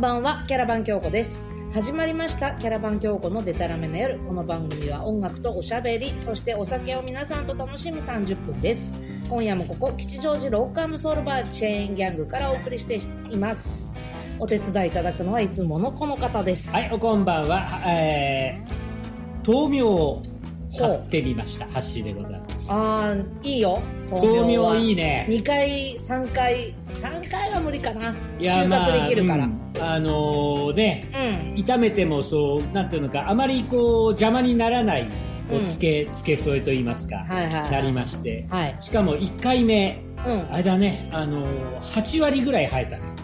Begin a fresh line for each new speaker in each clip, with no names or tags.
ばんはキャラバン京子です始まりましたキャラバン京子のデタラメな夜この番組は音楽とおしゃべりそしてお酒を皆さんと楽しむ30分です今夜もここ吉祥寺ロックソウルバーチェーンギャングからお送りしていますお手伝いいただくのはいつものこの方です
はい、おこんばんは。はえー、豆苗を買ってみました。ハッシーでございます。
あーいいよ
豆
豆苗
苗
はい
いね。
2回3回3回は無理かな収
いや
穫できるから、
まあ、うんあのーね、
うん
炒めてもそう、なんていうのか、あまりこう、邪魔にならない、こ
うん
う、つけ、つけ添えと言いますか、
はいはい
なりまして。
はい
しかも1回目、
うんうん
あれだね、あのー、8割ぐらい生えたね。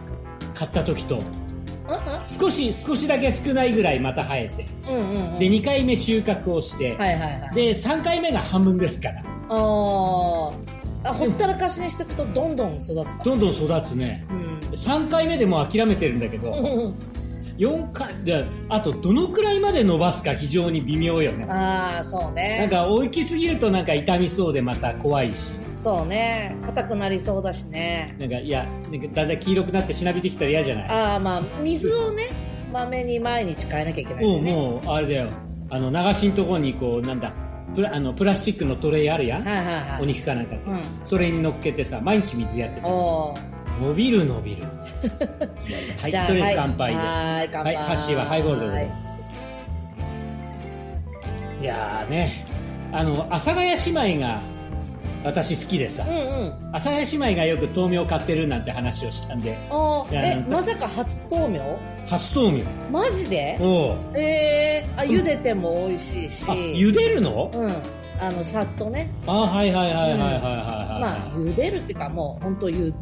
買った時と、少し、少しだけ少ないぐらいまた生えて。
うんうんうん
で、2回目収穫をして、
はいはいはい
で、3回目が半分ぐらいかな。
あーあほったらかしにしていくとどんどん育つから
どんどん育つね
うん
3回目でもう諦めてるんだけ
う
ど
んうん
4回であとどのくらいまで伸ばすか非常に微妙よね
ああそう
なん
ね
か大きすぎるとなんか痛みそうでまた怖いし
そうね硬くなりそうだしね
なんかいやなんかだんだん黄色くなってしなびてきたら嫌じゃない
ああまあ水をねまめに毎日変えなきゃいけないんだ
も
よ
う
ね
もうあれだよあの流しんとこにこうなんだプラあのプラスチックのトレイあるやん、
はいはいはい
お肉かなんか、
うん
それに乗っけてさ毎日水やってて
おー
伸びる 伸びるはい
じゃあ
とりあえず乾杯で
はい乾杯
はい、ハッシーはハイボールでございます。いやーね、あの、阿佐ヶ谷姉妹が私好きでさ、
う
阿
んうん
佐ヶ谷姉妹がよく豆苗を買ってるなんて話をしたんで、
あー
いやなん
え
か
まさか初豆苗
初豆苗。
マジで
おう
えー、あ茹でても美味しいし、
あ、茹でるの
うんあのさっとね
あ、はいはいはいはいはいはい
まあ
は
茹でるっていうかもう本当湯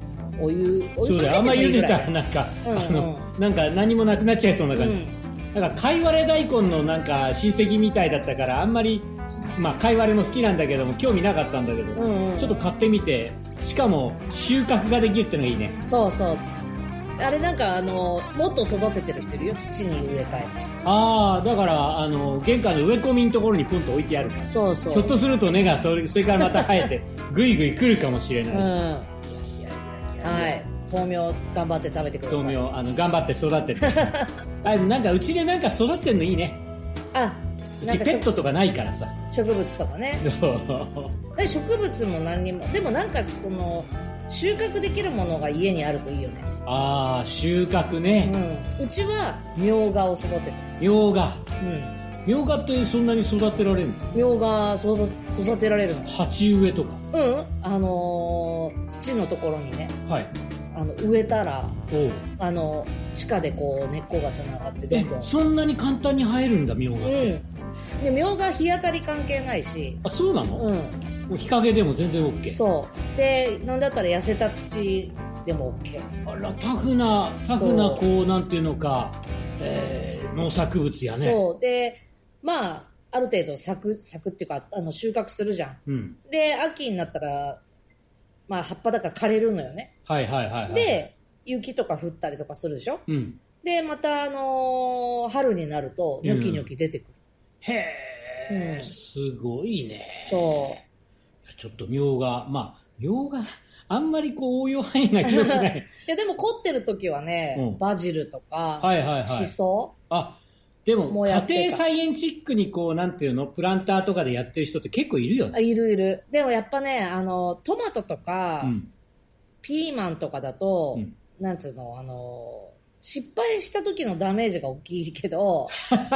お湯
い。
お
そう
湯
だよ、あ
か
んま
けてもい
茹
いぐ
で
らい
たらなんか、
うんうん
あの、なんか何もなくなっちゃいそうな感じ。なんか、かいわれ大根のなんか親戚みたいだったから、あんまり、まあ、かいわれも好きなんだけども、興味なかったんだけど、
うんうんうん
ちょっと買ってみて、しかも収穫ができるってのがいいね。
そうそうあれなんかあのもっと育ててる人いるよ土に植え替え
ああ、だから、あの、玄関の植え込みのところにポンと置いてあるから。
てそうそう
ひょっとすると根がそれそれからまた生えて、ぐいぐい来るかもしれ
うん
ないし。。
はいい豆苗頑張って食べてください
豆苗、あの、頑張って育 てて。あ、なんかうちでなんか育ってんのいいね。
あ
う
なんか
ちペットとかないからさ。
植物とかねで植物も何にもでもなんかその収穫できるものが家にあるといいよね、
ああ、収穫ね。
うん、うちはみょうがを育てて
みょうが。
るうん
みょうがってそんなに育てられるの
みょうが育て育てられるの
鉢植えとか。
うんあのー土のところにね
はい。
あの植えたら
おう
あの地下でこう根っこがつながってど
え
んどん、
そんなに簡単に生えるんだ、みょうが
う
って。
んでみょうが日当たり関係ないし
あ、そうなの
う
も
ん
う日陰でも全然 OK。
そうでなんだったら痩せた土でも OK
あらタフなタフな
そう
こうなんていうのか、えー農作物やね
そうでまあある程度咲く咲くっていうかあの収穫するじゃん
うん
で秋になったらまあ葉っぱだから枯れるのよね
はいはいはいはい
で雪とか降ったりとかするでしょ
うん
で、また、あのー春になると、ニョキニョキ出てくる。
へえ、
うん
すごいね
そ
ちょっとみょうがまあみょうがあんまりこう応用範囲が広くな い
う。いや、でも凝ってる時はね、
うん
バジルとか、
はいはいはい
シソ
あで
も
も
うやっ
家
てた
庭菜園チックにこうなんていうのプランターとかでやってる人って結構いるよ
あ
ね、
いるいる。でもやっぱね、あの、トマトとか、
うん、
ピーマンとかだと、
うん
なんつうの、あのー失敗した時のダメージが大きいけど、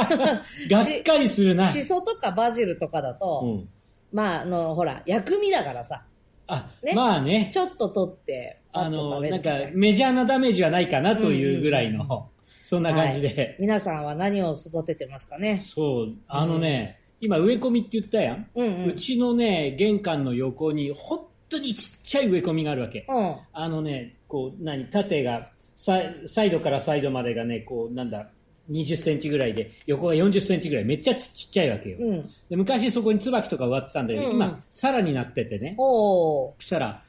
がっかりするな
シソとかバジルとかだ
う
と、
ん
まあ、あの、ほら、薬味だからさ、
あ、
ね
まあね
ちょっと取って、パ
あ
ッと
の
食べる
なん
みた
か
いな
メジャーなダメージはないかなというぐらいの、そんな感じで、
はい皆さんは何を育ててますかね
そう、あのね、今植え込みって言ったやん。
うんう。
うんちのね、玄関の横に、本当にちっちゃい植え込みがあるわけ。
うん。
あのね、こう、何、縦が、サイサイドからサイドまでがね、こう、なんだ、20センチぐらいで、横が40センチぐらい、めっちゃちちっちゃいわけよ。
うん。
で昔そこに椿とか植わってたんだけど、
うんうん
今、さらになっててね。
おー
そしたら、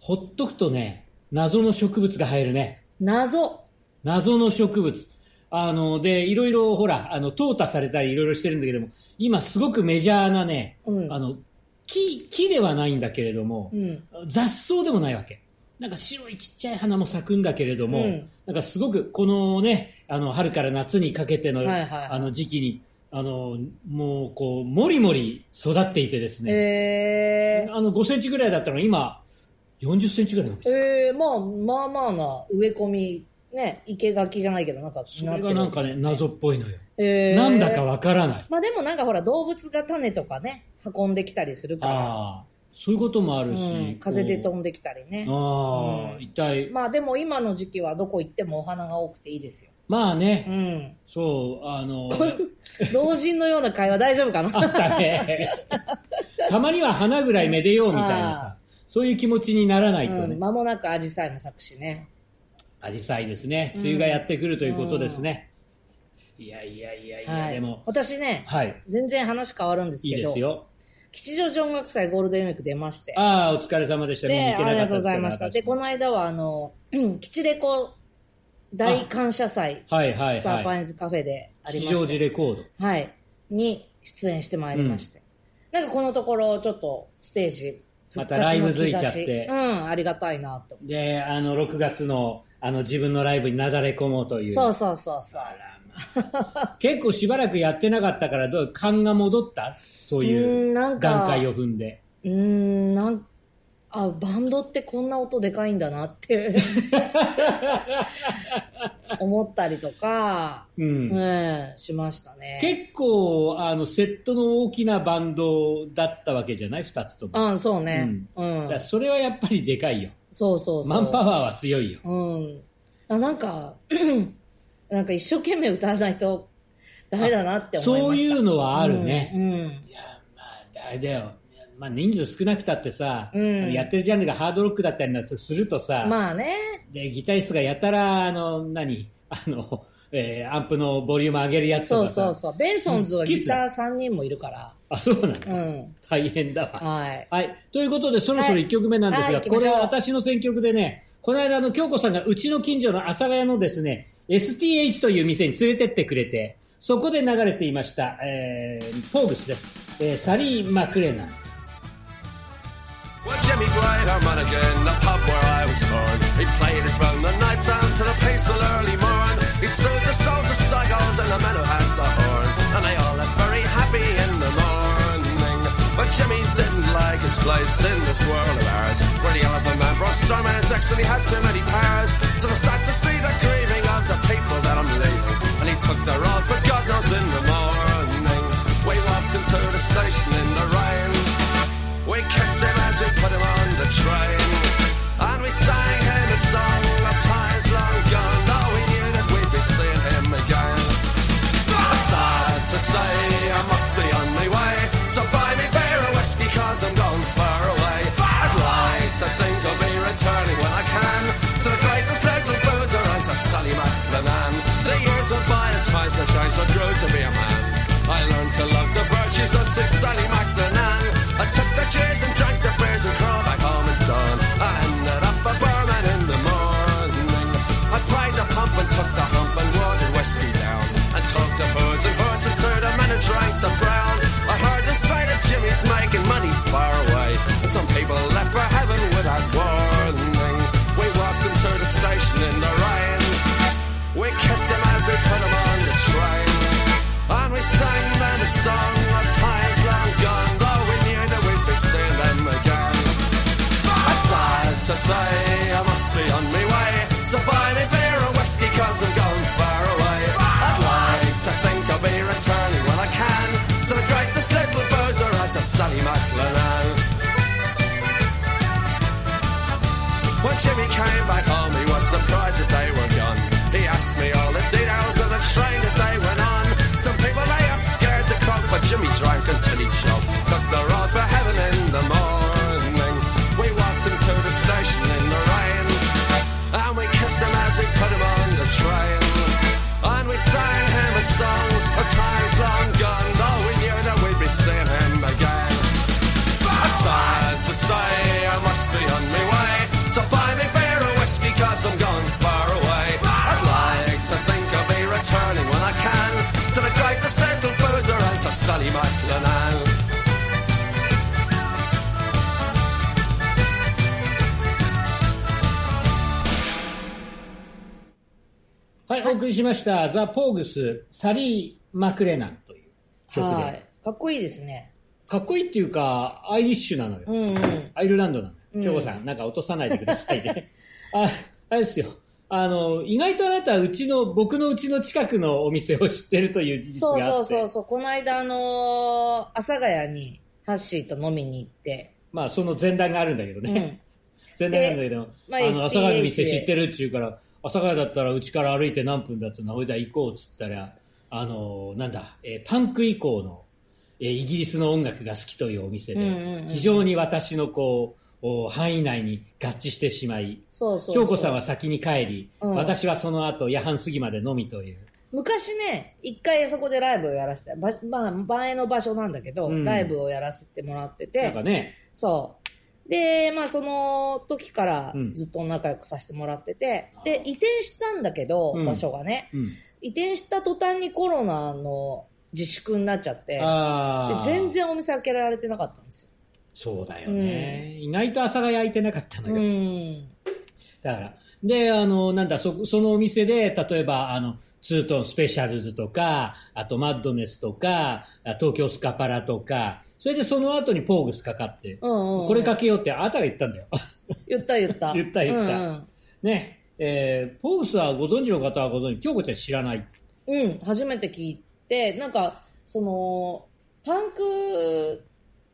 ほっとくとね、謎の植物が生えるね。
謎。
謎の植物。あの、で、いろいろ、ほら、あの、淘汰されたりいろいろしてるんだけども、今すごくメジャーなね、
うん
あの、木、木ではないんだけれども、
うん。
雑草でもないわけ。なんか白いちっちゃい花も咲くんだけれど
う
も、
ん
なんかすごくこのね、あの、春から夏にかけて
は
の、
いはい
あの時期に、あの、もうこう、もりもり育っていてですね、
え
あの、5センチぐらいだったのが今、40センチぐらいの。
ー、えー、まあ、まあまあな植え込み、ね、生垣じゃないけど、なんか、
それがなんかね、謎っぽいのよ。
えー
なんだかわからない。
まあでもなんかほら、動物が種とかね、運んできたりするか
ああ、そういうこともあ
ら、
るし。
うん、風で
こ
飛んできたりね
う。。ああ、
うん
一体、
まあでも今の時期はどこ行ってもお花が多くていいですよ。
まあね、
うん。
そう、あの、
老人のような会話大丈夫かな
あった ね。たまには花ぐらいめでようみたいな
あ
さ、そういう気持ちにならないと
う
ね
ん、、間もなくアジサイも咲くしね。
アジサイですね、梅雨がやってくるということですね。いやいやいやいや、
はい。
でも、
私ね、
はい、
全然話変わるんです
いい
け
で
ど、
すよ。
吉祥寺音楽祭ゴールデンウィーク出まして。
ああ、お疲れ様でした。見に
で、
行け
あ
な
り
か
が
っ
とうございまし
ですけど
た。で、この間はあの、 吉レコ大感謝祭、
はいはい
スター
は
パ
い。
インズカフェであり
吉
まし
祥
て
寺レコード。
はい、に出演してまいりまして、なんかこのところちょっとステージ復活の兆し
またライブづいちゃって
うん、ありがたいなと。
で、あの、6月の、あの、自分のライブになだれ込もうという。
そうそうそうそう。
結構しばらくやってなかったから、どう勘が戻ったそういう
ーんな
段
んか
階を踏んで。
うーん、なんあ、バンドってこんな音でかいんだなって 思ったりとか、
うん
うん、しましたね。
結構、あの、セットの大きなバンドだったわけじゃない二つとも。
うん、そうね。う
だ
ん。
からそれはやっぱりでかいよ。
そうそうそう。
マンパワーは強いよ。
うん。あ、なんか、 なんか一生懸命歌わないとダメだなって思い
そ
ま
う
した。
いうのはあるね。
うん。
いや、まあ、あれだよ。まあ、人数少なくたってさ、
うん
やってるジャンルがハードロックだったりなんかするとさ、
うんまあね。
で、ギタリストがやたら、あの、何あの、えーアンプのボリューム上げるやつ
そ
と
う
かさ。
そうそう。ベンソンズはギタ
すっ
ー3人もいるから。
あ、そうなんだ。
うん。
大変だわ。
はい。
はい。ということで、そろそろ
はい
1曲目なんですが、
はい行き
こ
まし
れ
ょう
は私の選曲でね、この間、あの、京子さんがうちの近所の阿佐ヶ谷のですね、STH という店に連れてってくれて、そこで流れていました、えー、ポーブスです。えー、サリー・マクレナ。
Well, Jimmy Bright Harmonigan, the pub where I was born. He played it from the night time to the peaceful early morn. He sold the souls of psychos and the men who had the horn. And they all looked very happy in the morning. But Jimmy didn't like his place in this world of ours. Where the elephant man brought storm in his necks and he had too many pairs. So I start to see the grieving of the people that I'm leaving. And he took the road, but God knows in the morning. We walked into the station in the rain. We kissed him as we put him on the train. And we sang him a song of times long gone. Oh, we knew that we'd be seeing him again. Sad to say, I must be on my way. So buy me beer and whiskey, cause I'm going far away. I'd like to think I'll be returning when I can. To the greatest little boozer and to Sally McLennan. The years went by and twice the change, I grew to be a man. I learned to love the virtues of Sid Sally McLennan. I took the cheers and drank the beers and crawled back home at dawn. I ended up a barman in the morning. I pried the pump and took the hump and watered whiskey down. And took the booze and horses to the men and drank the brown. I heard the sight of Jimmy's making money far away. Some people left for heaven without warning. We walked into the station in the rain. We kissed him as we put him on the train. And we sang them a song of times long gone. Though we knew that we'd be seeing them again. I'm sad to say I must be on my way. So buy me beer and whiskey cause I'm going far away. I'd like to think I'll be returning when I can to the greatest little boozer and to Sally McLennan. When Jimmy came back home, he was surprised that they were gone. He asked me all the details of the train that they went on. Some people they are scared to cross, but Jimmy drank until he choked. Took the road for heaven in the morning. We walked into the station in the rain, and we kissed him as we put him on the train. And we sang him a song of times long gone, though we knew that we'd be seeing him again. I'm sad to say I must be on my way. So buy me beer and whiskey cause I'm gone far away. I'd like to think I'll be returning when I can to the greatest little boozer and to Sally McLennan.
お送りしました、ザ・ポーグス、サリー・マクレナンという曲で、
はい。かっこいいですね。
かっこいいっていうか、アイリッシュなのよ。
うんうん。
アイルランドなのよ。
うん
京子さん、なんか落とさないでください ね。あ、あれですよ。あの、意外とあなた、うちの、僕のうちの近くのお店を知ってるという事実
そう
があって。
そうそうそう。この間、あのー、阿佐ヶ谷にハッシーと飲みに行って。
まあ、その前段があるんだけど
う
ね。
ん。
全然なんだけど、
まあ
あの、
STH
阿佐ヶ谷の店知ってるっていうから、阿佐ヶ谷だったらうちから歩いて何分だっつうの、ほいで行こうっつったら、あの、なんだ、えーパンク以降の、えーイギリスの音楽が好きというお店で、
うんうんうん
非常に私のこう、お範囲内に合致してしまい、
そうそうそう。
京子さんは先に帰り、
うん
私はその後、夜半過ぎまで飲みという。
昔ね、一回そこでライブをやらせて、ばまあ、前の場所なんだけど、
うん
ライブをやらせてもらって
な
て、
んかね、
そう。で、まあ、その時から
うん
ずっと仲良くさせてもらってて、で、移転したんだけど、
うん
場所がね、
うん。
移転した途端にコロナの自粛になっちゃって、で
ああ。
全。然お店開けられてなかったんですよ。
そうだよね。意外と阿佐ヶ谷空いてなかったのよ。
うん。
だから。で、あの、なんだ、そ、そのお店で、例えば、あの、ツートンスペシャルズとか、あとマッドネスとか、あ東京スカパラとか、それでその後にポーグスかかって、
うんうん。
これかけようってあなたが言ったんだよ。
言った言った。
言った言った
うん、
ね。えー、ポーグスはご存知の方はご存知、京子ちゃん知らない。
うん。うん、初めて聞いて、なんか、その、パンク、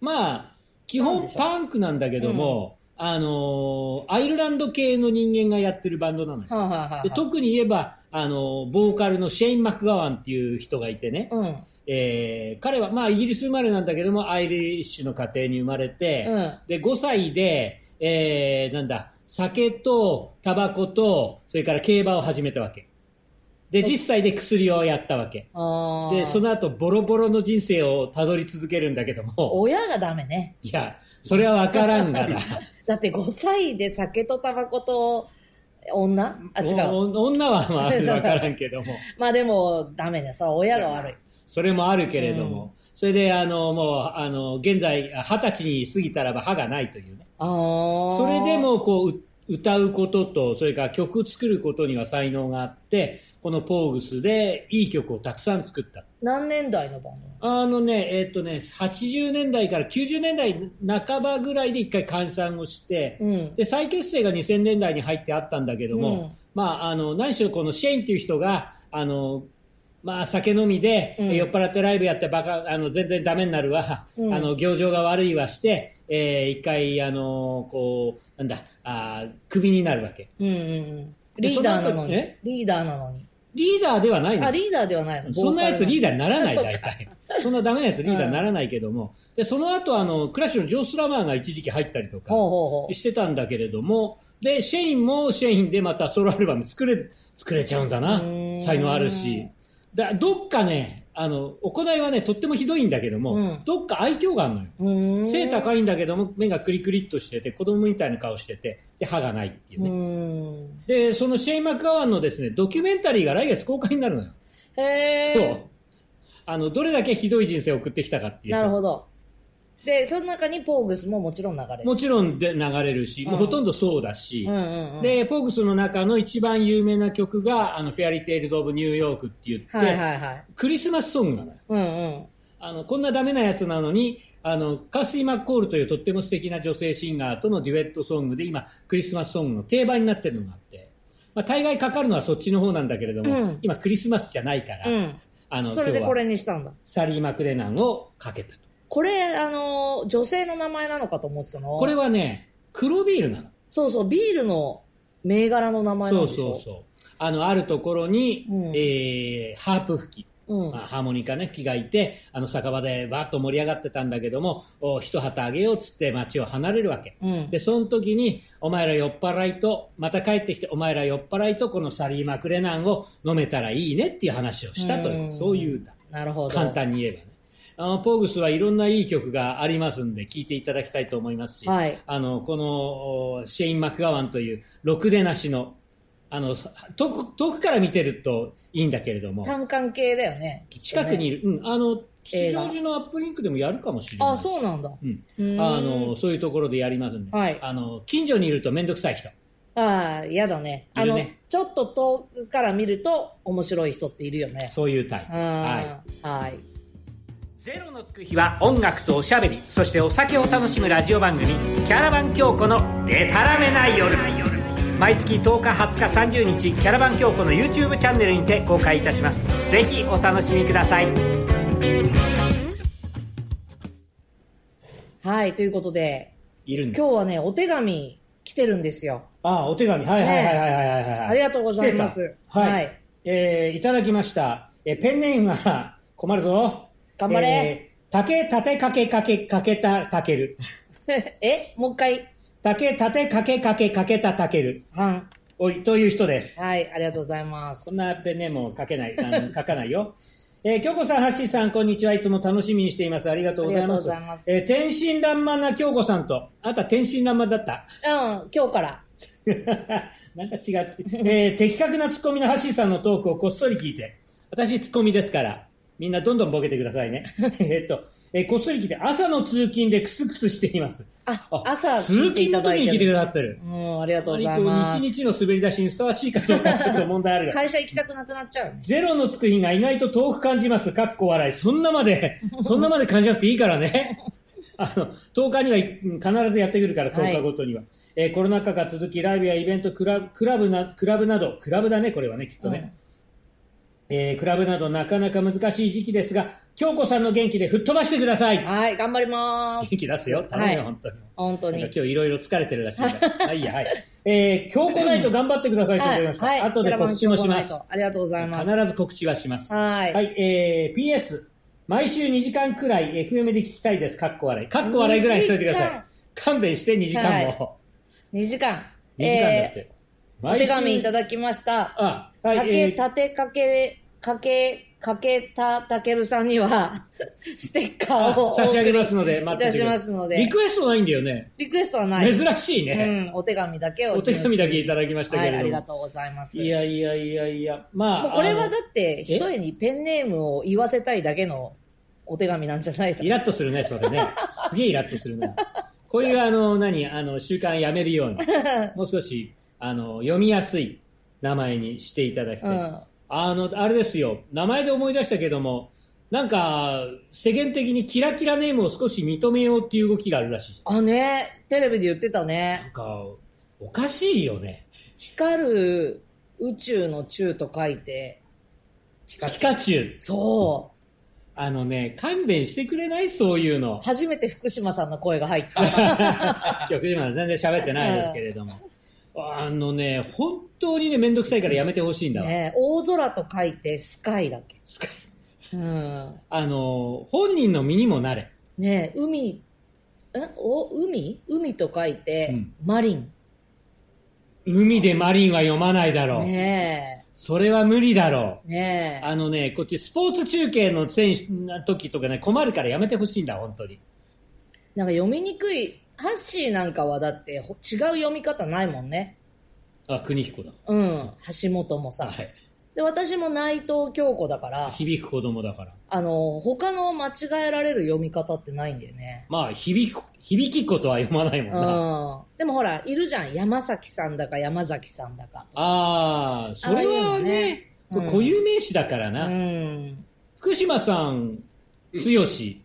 まあ、基
なん
本
でしょう
パンクなんだけども、あのーアイルランド系の人間がやってるバンドなのよ。
はいはいはいはい。
で特に言えば、あのーボーカルのシェイン・マクガワンっていう人がいてね、
うん。
えー彼は、まあ、イギリス生まれなんだけどもアイリッシュの家庭に生まれて、
うん
で5歳で、えーなんだ酒とタバコとそれから競馬を始めたわけで10歳で薬をやったわけ
あー
でその後ボロボロの人生をたどり続けるんだけども
親がダメね。
いやそれは分からんがな
だって5歳で酒とタバコと女 あ、違う。
おお女は、 まあ、分からんけども
まあでも、ダメね。それは親が悪い。
それもあるけれども、それであのもうあの現在二十歳に過ぎたらば歯がないというね
あー
それで、もこうう歌うこととそれから曲作ることには才能があってこのポーグスでいい曲をたくさん作った
何年代のバン
あのねえっとね80年代から90年代半ばぐらいで一回解散をして、
ドうん。
で再結成が2000年代に入ってあったんだけども、
うん
まあ、あの何しろこのシェインという人があの、まあ、酒飲みで、
うん
え酔っ払ってライブやってバカあの全然ダメになるわ、
うん
あの行情が悪いわして、えー一回あのこうなんだあークビになるわけ
うんうんうん。
で
リーダーなの
その後
に
え。
リーダーなのに。
リーダーではないの
あ、リーダーではないの
そんなやつリーダーにならない
あそうか
大体そんなダメなやつリーダーにならないけども、でその後あのクラッシュのジョー・スラマーが一時期入ったりとか。
ほうほうほう。
してたんだけれども、で、シェインもシェインでまたソロアルバム作れ、作れちゃうんだな
うー。ん
才能あるし。だどっかね、あの、行いはね、とってもひどいんだけども、
うん
どっか愛嬌があるのよ。
うーん。
背
い。
高いんだけども、目がクリクリっとしてて、子供みたいな顔してて、で、歯がないっていう
う
ね。
ーん。
で、そのシェイン・マクアワンのですね、ドキュメンタリーが来月公開になるのよ。
へ
そ
ー
う。 あの、どれだけひどい人生を送ってきたかっていう。
なるほど。で、その中にポーグスももちろん流れる。
もちろんで流れるし、もうほとんどそうだし、
うんうんうん。
で、ポークスの中の一番有名な曲が、あの、フェアリーテイルズ・オブ・ニューヨークって言って、
はいはいはい。
クリスマスソングなのよ。
うんうん。
あの、こんなダメなやつなのに、あの、カーシー・マッコールというとっても素敵な女性シンガーとのデュエットソングで、今、クリスマスソングの定番になってるのがあって、まあ、大概かかるのはそっちの方なんだけれども、
うん
今、クリスマスじゃないから、
うん。
あの、
それで
今
こ
日
れ
は
にしたんだ。
サリー・マクレナンをかけたと。
これ、あのー、女性の名前なのかと思ってたの。
これはね、黒ビールなの。
そうそう、ビールの銘柄の名前な
そ
ん
う
でしょ
そうそう。あの、あるところに、
うん
えーハープ吹き。
うん
まあ、ハーモニカね、吹きがいて、あの酒場でわーっと盛り上がってたんだけども、お一旗あげようっつって街を離れるわけ。
うん
で、その時に、お前ら酔っ払いと、また帰ってきて、お前ら酔っ払いと、このサリー・マクレナンを飲めたらいいねっていう話をしたという、
うん
そういう歌。
なるほど。
簡単に言えばね。あのポーグスはいろんないい曲がありますんで、聴いていただきたいと思いますし、
はい
あの、この、おシェイン・マクガワンという、ろくでなしの、あの、遠く、遠くから見てるといいんだけれども、
単管系だよね。きっと
近
ね
くにいる、うん、あの、吉
映画
祥寺のアップリンクでもやるかもしれない。
あ、そうなんだ。
うん。
ーん
あの、そういうところでやりますんで、
はい
あの、近所にいるとめんどくさい人。
ああ、嫌だね。あの、
いるね
ちょっと遠くから見ると面白い人っているよね。
そういうタイ
う
プ。
ん。
はい。
はい。
ゼロのつく日は音楽とおしゃべりそしてお酒を楽しむラジオ番組「キャラバン京子のでたらめな夜」毎月10日20日30日キャラバン京子の YouTube チャンネルにて公開いたしますぜひお楽しみください
はい、ということで、
いるん
今日はね、お手紙来てるんですよ。
ああお手紙はいはいはいはいはいはいはい、
ありがとうございます
来てたはい、
はい
えーいただきましたえーペンネームは困るぞ
頑張れ
えー竹立てかけかけかけたたける
えもう一回。
竹立てかけかけかけたたける
はん。
おいという人です
はい、ありがとうございます
こん。なペンネームを書けない、あの書かないよ。 えー、京子さん、ハッシーさん、こんにちは。いつも楽しみにしています。ありがとうございます。
ありがとうございます
えー天真爛漫な京子さんと、あなた天真爛漫だった。
うん、今日から。
なんか違って、えー的確なツッコミのハッシーさんのトークをこっそり聞いて、私ツッコミですから、みんなどんどんボケてくださいね。 えっと、えーこっそり聞いて、朝の通勤でクスクスしています。
あ、朝
通勤の時に聞いてくださってる。
うん、ありがとうございます
一。日の滑り出しにふさわしいかどうかちょっと問題あるが。
会社行きたくなくなっちゃう。
ゼロのつく日が意外と遠く感じます。かっこ笑い。そんなま で、そんなまで感じなくていいからね。あの、10日にはい必ずやってくるから、
はい
10日ごとには。えーコロナ禍が続き、ライブやイベント、クラブクラブな、クラブなど、クラブだね、これはね、きっとね。えークラブなどなかなか難しい時期ですが、京子さんの元気で吹っ飛ばしてください。
はい、頑張ります。
元気出すよ。頼む
は
よ、
い、
本当に。
本当
なんか
に。
今日いろいろ疲れてるらしいんだ。 はい、いいや、はい。えー、京子ナイト頑張ってくださいと思いました。後で告知もしま。
キャラバン京子ナ
す
イ。トありがとうございます。
必ず告知はします。
はい
えー PS、毎週2時間くらい FM で聞きたいです。かっこ笑い。かっこ笑いぐらいにしといてくださ
二時
い
間。
勘弁して2時間も。
2時間。
2時間だっ
え
て。
ーお手紙いた
だ
だきました。
あ、はい、
竹、
えー
立てかけ、かけ、かけたたけるさんには、 ステッカーを
あ差し上げますので、待っててくださ
いたしますので
リクエストないんだよね。
リクエストはない。
珍しいね。
うん、お手紙だけを。
お手紙だけいただきましたけれども
はい、ありがとうございます。
いやいやいやいや、まあ。
もうこれは
あの
だって、一重にペンネームを言わせたいだけのお手紙なんじゃないか
イラッとするね、それね。すげえイラッとするな。こういう、あの、何、あの、習慣やめるように、もう少し、あの、読みやすい名前にしていただきたい。
うん
あの、あれですよ、名前で思い出したけども、なんか、世間的にキラキラネームを少し認めようっていう動きがあるらしい。
あ、ね、テレビで言ってた
な
ね。
んか、おかしいよね。
光る宇宙の宙と書いて、
ピカチュウ。
そ
あのね、勘弁してくれないそういうの
う。。初めて福島さんの声が入った。
今日、今全然喋ってないですけれども。あのね、本当にね、めんどくさいからやめてほしいんだわ。
ね、大空と書いてスカイだっけ。
使い
うん。
あの、本人の身にもなれ。
ね、海、えお、海海と書いて、
うん
マリン。
海でマリンは読まないだろう。
ね
それは無理だろ
え、ね
う。あのね、こっちスポーツ中継の選手の時とかね、困るからやめてほしいんだ、本当に。
え。なんか読みにくい、ハッシーなんかはだってほ違う読み方ないもんね。
あ、国彦だ。
うん、橋本もさ。
はい。
で、私も内藤京子だから、
響く子供だから。
あの、他の間違えられる読み方ってないんだよね。
まあ、響く、響きことは読まないもん
う
な。
ん。でもほら、いるじゃん。山崎さんだか山崎さんだかと。
ああ、それはね、
ああいうのね
これ固有名詞だから
う
な。
ん。
福島さん、つよし。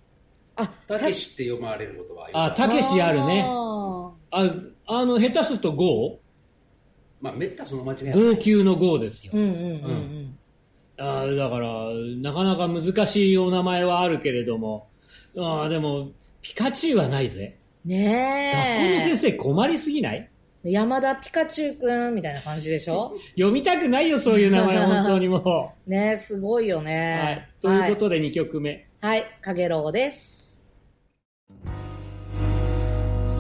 あ、
たけしって読まれることは
あ、たけしあるね。
あ
あ、あの、下手すると号
まあ、めったその間違いない。
号泣の号ですよ
ー。うんうんうんうん。
あーだから、なかなか難しいお名前はあるけれども、あーでも、ピカチュウはないぜ。学校の
ね
先生困りすぎない
え。山田ピカチュウくんみたいな感じでし ょ
読みたくないよ、そういう名前、本当に も
ねえ、すごいよ
う。は
ね
い。。ということで2曲目。
はい、はい、かげろうです。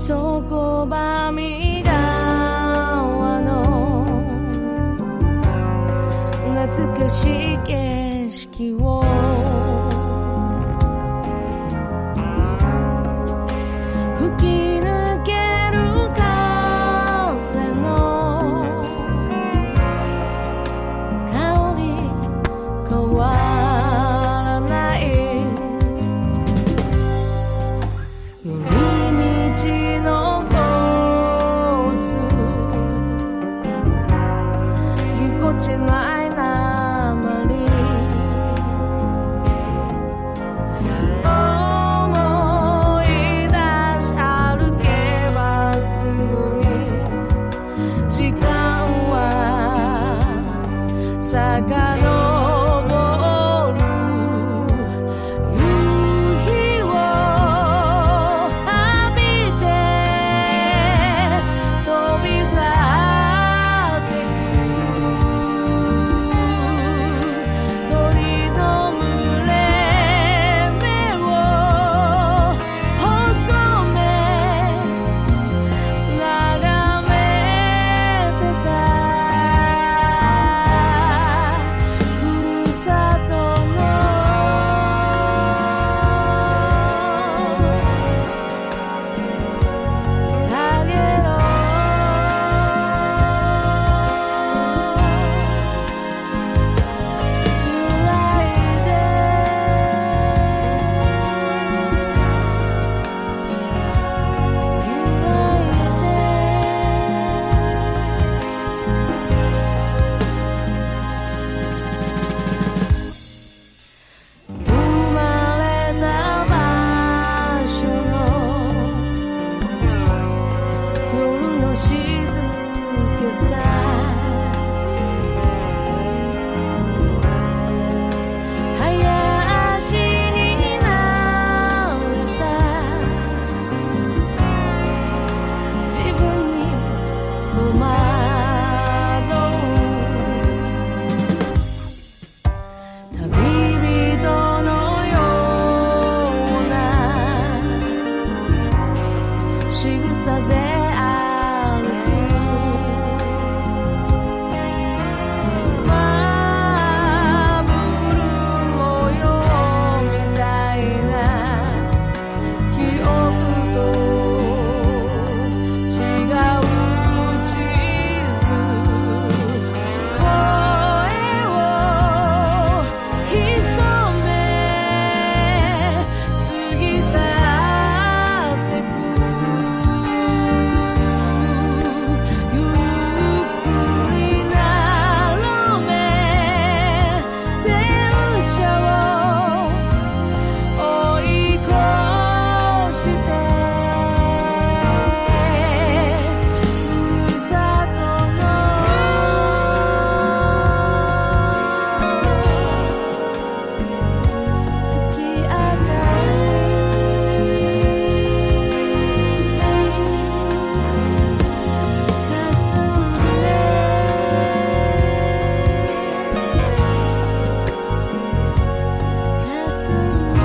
そこばみだわの懐かしい景色を吹き抜ける風の香り変わらない寄り道のコース遡る夕日を浴びて飛び去ってく鳥の群れ目を細め眺めてたふるさとのかげろ揺らいで揺らいで生まれた場所の夜の静けさ林になれた自分に戸惑う旅人のような仕草で歩くマーブル模様みたいな記憶と違う地図声を潜め過ぎ去ってくゆっくりなめ電車を追い越してふるさとの月明かり霞んで霞んで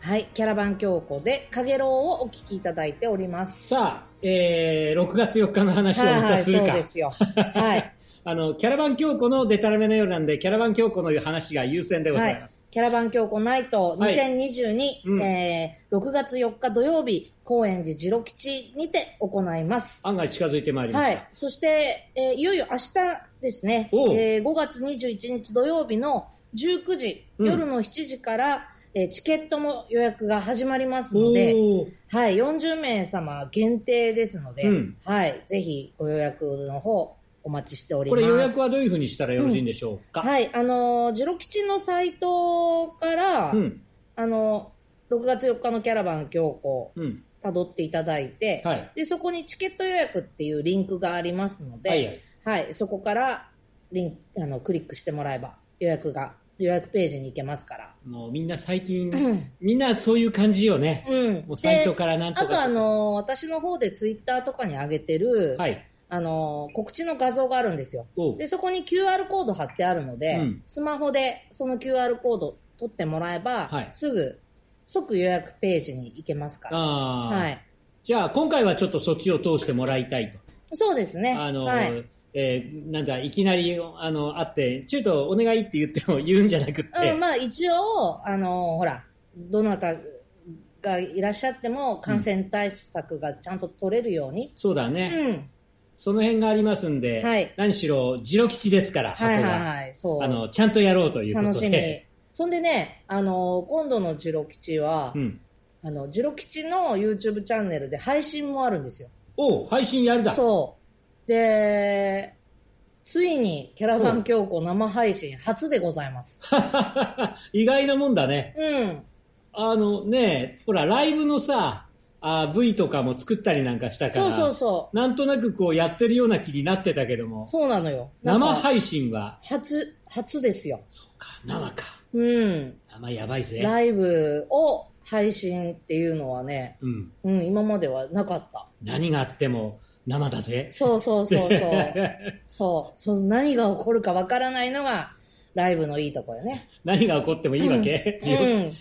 はい、キャラバン京子で、かげろうをお聞きいただいております。
さあ、えー、6月4日の話をまたするか。
はいはいそうですよはい
あの、キャラバン京子のデタラメな夜なんで、キャラバン京子の話が優先でご
は
ざいま
い
す。。
キャラバン京子ナイト
はい
2022、
うん
えー6月4日土曜日、高円寺次郎吉にて行います。
案外近づいてまいりま
は
した。
い。そして、えーいよいよ明日ですね、
おう
えー5月21日土曜日の19時、
うん
夜の7時から、えーチケットも予約が始まりますの
お
で、
ー
はい、40名様限定ですので、
うん
はい、ぜひご予約の方お待ちしており
こ
ます。
れ予約はどういうふうにしたらよろしいんでしょうか。
はい、あのー、ジロ吉のサイトから、
うん。
あのー、6月4日のキャラバン強行、
うん。
たどっていただいて、
はい
で、そこにチケット予約っていうリンクがありますので、
はいはい
はいそこからリンクあのクリックしてもらえば予約が、予約ページに行けますから。
もうみんな最近、みんなそういう感じよね。
うん。
もうサイトからなんとか
であとあのー、私の方でツイッターとかに上げてる、
はい。
あのー、告知の画像があるんですよ
お。う
で、そこに QR コード貼ってあるので、
うん
スマホでその QR コード取ってもらえば、
はい
すぐ即予約ページに行けますから。
あー
はい。
じゃあ、今回はちょっとそっちを通してもらいたいと。
そうですね。
あの、
はい。
えーなんだ、いきなり、あの、会って、中途お願いって言っても言うんじゃなくって、
うん、まあ一応、あの、ほら、どなたがいらっしゃっても感染対策がちゃんと取れるように。
そうだ
う
ね、
ん。
その辺がありますんで、
はい
何しろ、ジロ吉ですから、
はいはい
箱が
はい。そう。
あの、ちゃんとやろうということ
楽
で。
しみ。そんでね、あの、今度のジロ吉は、
うん。
あの、ジロ吉の YouTube チャンネルで配信もあるんですよ。
おう配信やるだ。
そう。で、ついにキャラバン教皇生配信初でございます。
意外なもんだね。
うん。
あのね、ほら、ライブのさ、あ V とかも作ったりなんかしたか
そ
ら、
うそうそ
なんとなくこうやってるような気になってたけど
う。
も、
そうなのよ。なんか
生配信は、
初、初ですよ。
そうか、生か。
うん。
生やばいぜ。
ライブを配信っていうのはね、
うん。
うん、今まではなかった。
何があっても生だぜ。
そうそうそうそう。そう。その何が起こるかわからないのが、ライブのいいところよね。
何が起こってもいいわけ、
うん。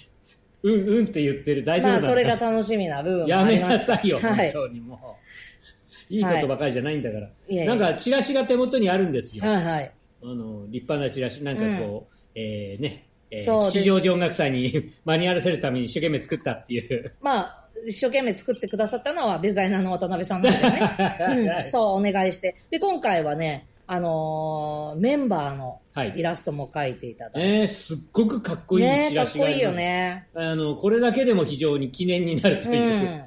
うん、うんって言ってる。大丈夫
ま
な
あ、
んだ。
それが楽しみな部分も
や
あり
め
ま
な
す。
さいよ、
はい
本当にもう。いいことばかりじゃないんだから。
いやいや
なんか、チラシが手元にあるんですよ。
はいはい。
あの立派なチラシ、なんかこう、えーね、え
そう
ー、
です
市場上音楽祭に 間に合わせるために一生懸命作ったっていう。
まあ、一生懸命作ってくださったのはデザイナーの渡辺さんなんですよ ね、うん。そう、お願いして。で、今回はね、あのーメンバーの
はい
イラストも描いていただいて。
ねえ、すっごくかっこい
ね
いチ
か
ラ
っ
シ
こ
が
いいよね。
あの、これだけでも非常に記念になると
う
いう、
ん。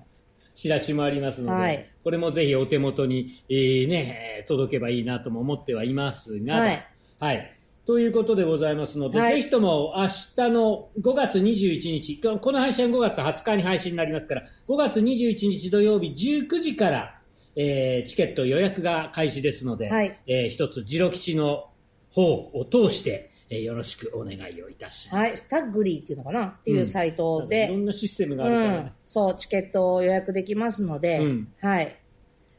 チラシもありますので、
はい
これもぜひお手元に、えーね、えー届けばいいなとも思ってはいますが、
はい。
はいということでございますので、
はい
ぜひとも明日の5月21日、ここの配信は5月20日に配信になりますから、5月21日土曜日19時から、えーチケット予約が開始ですので、
はい
えー一つ、ジロ吉の方を通して、えーよろしくお願いをいたします。
はい。スタッグリーっていうのかなっていうサイ
な
ト
んかい
で、
ろんなシステムがあ
う
るからね
ん。そう、チケットを予約できますので、
うん
はい。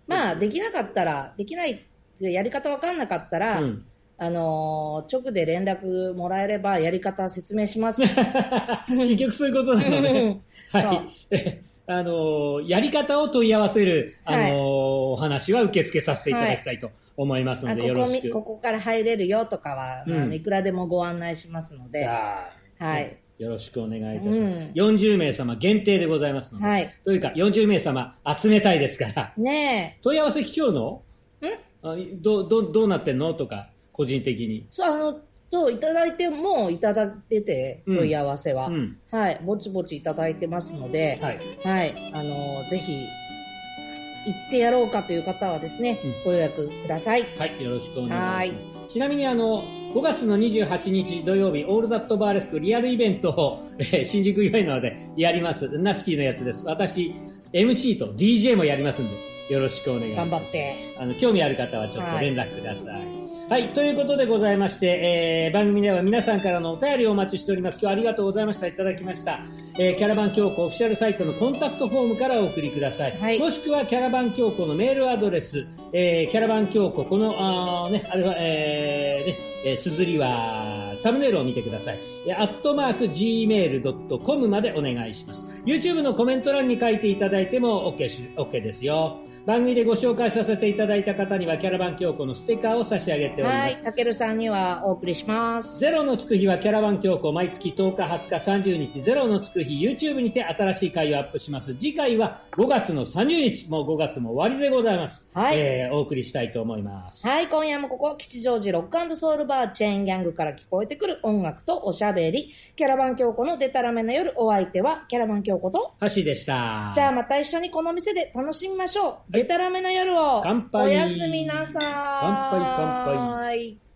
まあ、できなかったら、できない、やり方わかんなかったら、
うん
あのー直で連絡もらえれば、やり方説明し ます。
結局そういうことなの
う
で
ん、
はい。え あのーやり方を問い合わせる、あのー
はい
お話は受け付けさせていただきたいと思いますの
あ
で、
こ
よ
こ
ろし
み
く。
ここから入れるよとかは、
うん
あのいくらでもご案内しますので、は。
はいよろしくお願いいたします。
うん
40名様限定でございますので、
はい
というか40名様集めたいですから、
ねえ、
問い合わせ来ちゃうのあどどどうなってんのとか、個人的に。
そう、あの、そう、いただいても、いただいてて、
うん
問い合わせは、
うん
はい、ぼちぼちいただいてますので、
はい。
はい、あの、ぜひ、行ってやろうかという方はですね、
う
ご
ん
予約ください。
はい、よろしくお願いします。ちなみにあの、5月の28日土曜日、オールザットバーレスクリアルイベントを、えー新宿祝いなのでやります。ナスキーのやつです。私、MC と DJ もやりますんで、よろしくお願いしま
頑
す。
張って。
あの、興味ある方はちょっと連絡ください。はい、ということでございまして、えー番組では皆さんからのお便りをお待ちしております。今日はありがとうございました。いただきました。えーキャラバン教皇オフィシャルサイトのコンタクトフォームからお送りください。
はい
もしくはキャラバン教皇のメールアドレス、えーキャラバン教皇、この、あーね、あれは、えーね、えー綴りは、サムネイルを見てください。えーアットマーク gmail.com までお願いします。YouTube のコメント欄に書いていただいても OK, し OK ですよ。番組でご紹介させていただいた方にはキャラバン教皇のステッカーを差し上げております。
はい、たけるさんにはお送りします。
ゼロのつく日はキャラバン教皇毎月10日20日30日ゼロのつく日 YouTube にて新しい回をアップします次回は5月の30日もう5月も終わりでございます、
はい
えーお送りしたいと思います
はい、今夜もここ、吉祥寺ロックソウルバーチェーンギャングから聞こえてくる音楽とおしゃべり、キャラバン京子のデタラメな夜、お相手はキャラバン京子と、
ハッシーでした
じゃあまた一緒にこの店で楽しみましょう。デタラメな夜を。
乾杯
おやすみなさい。
乾杯乾
杯。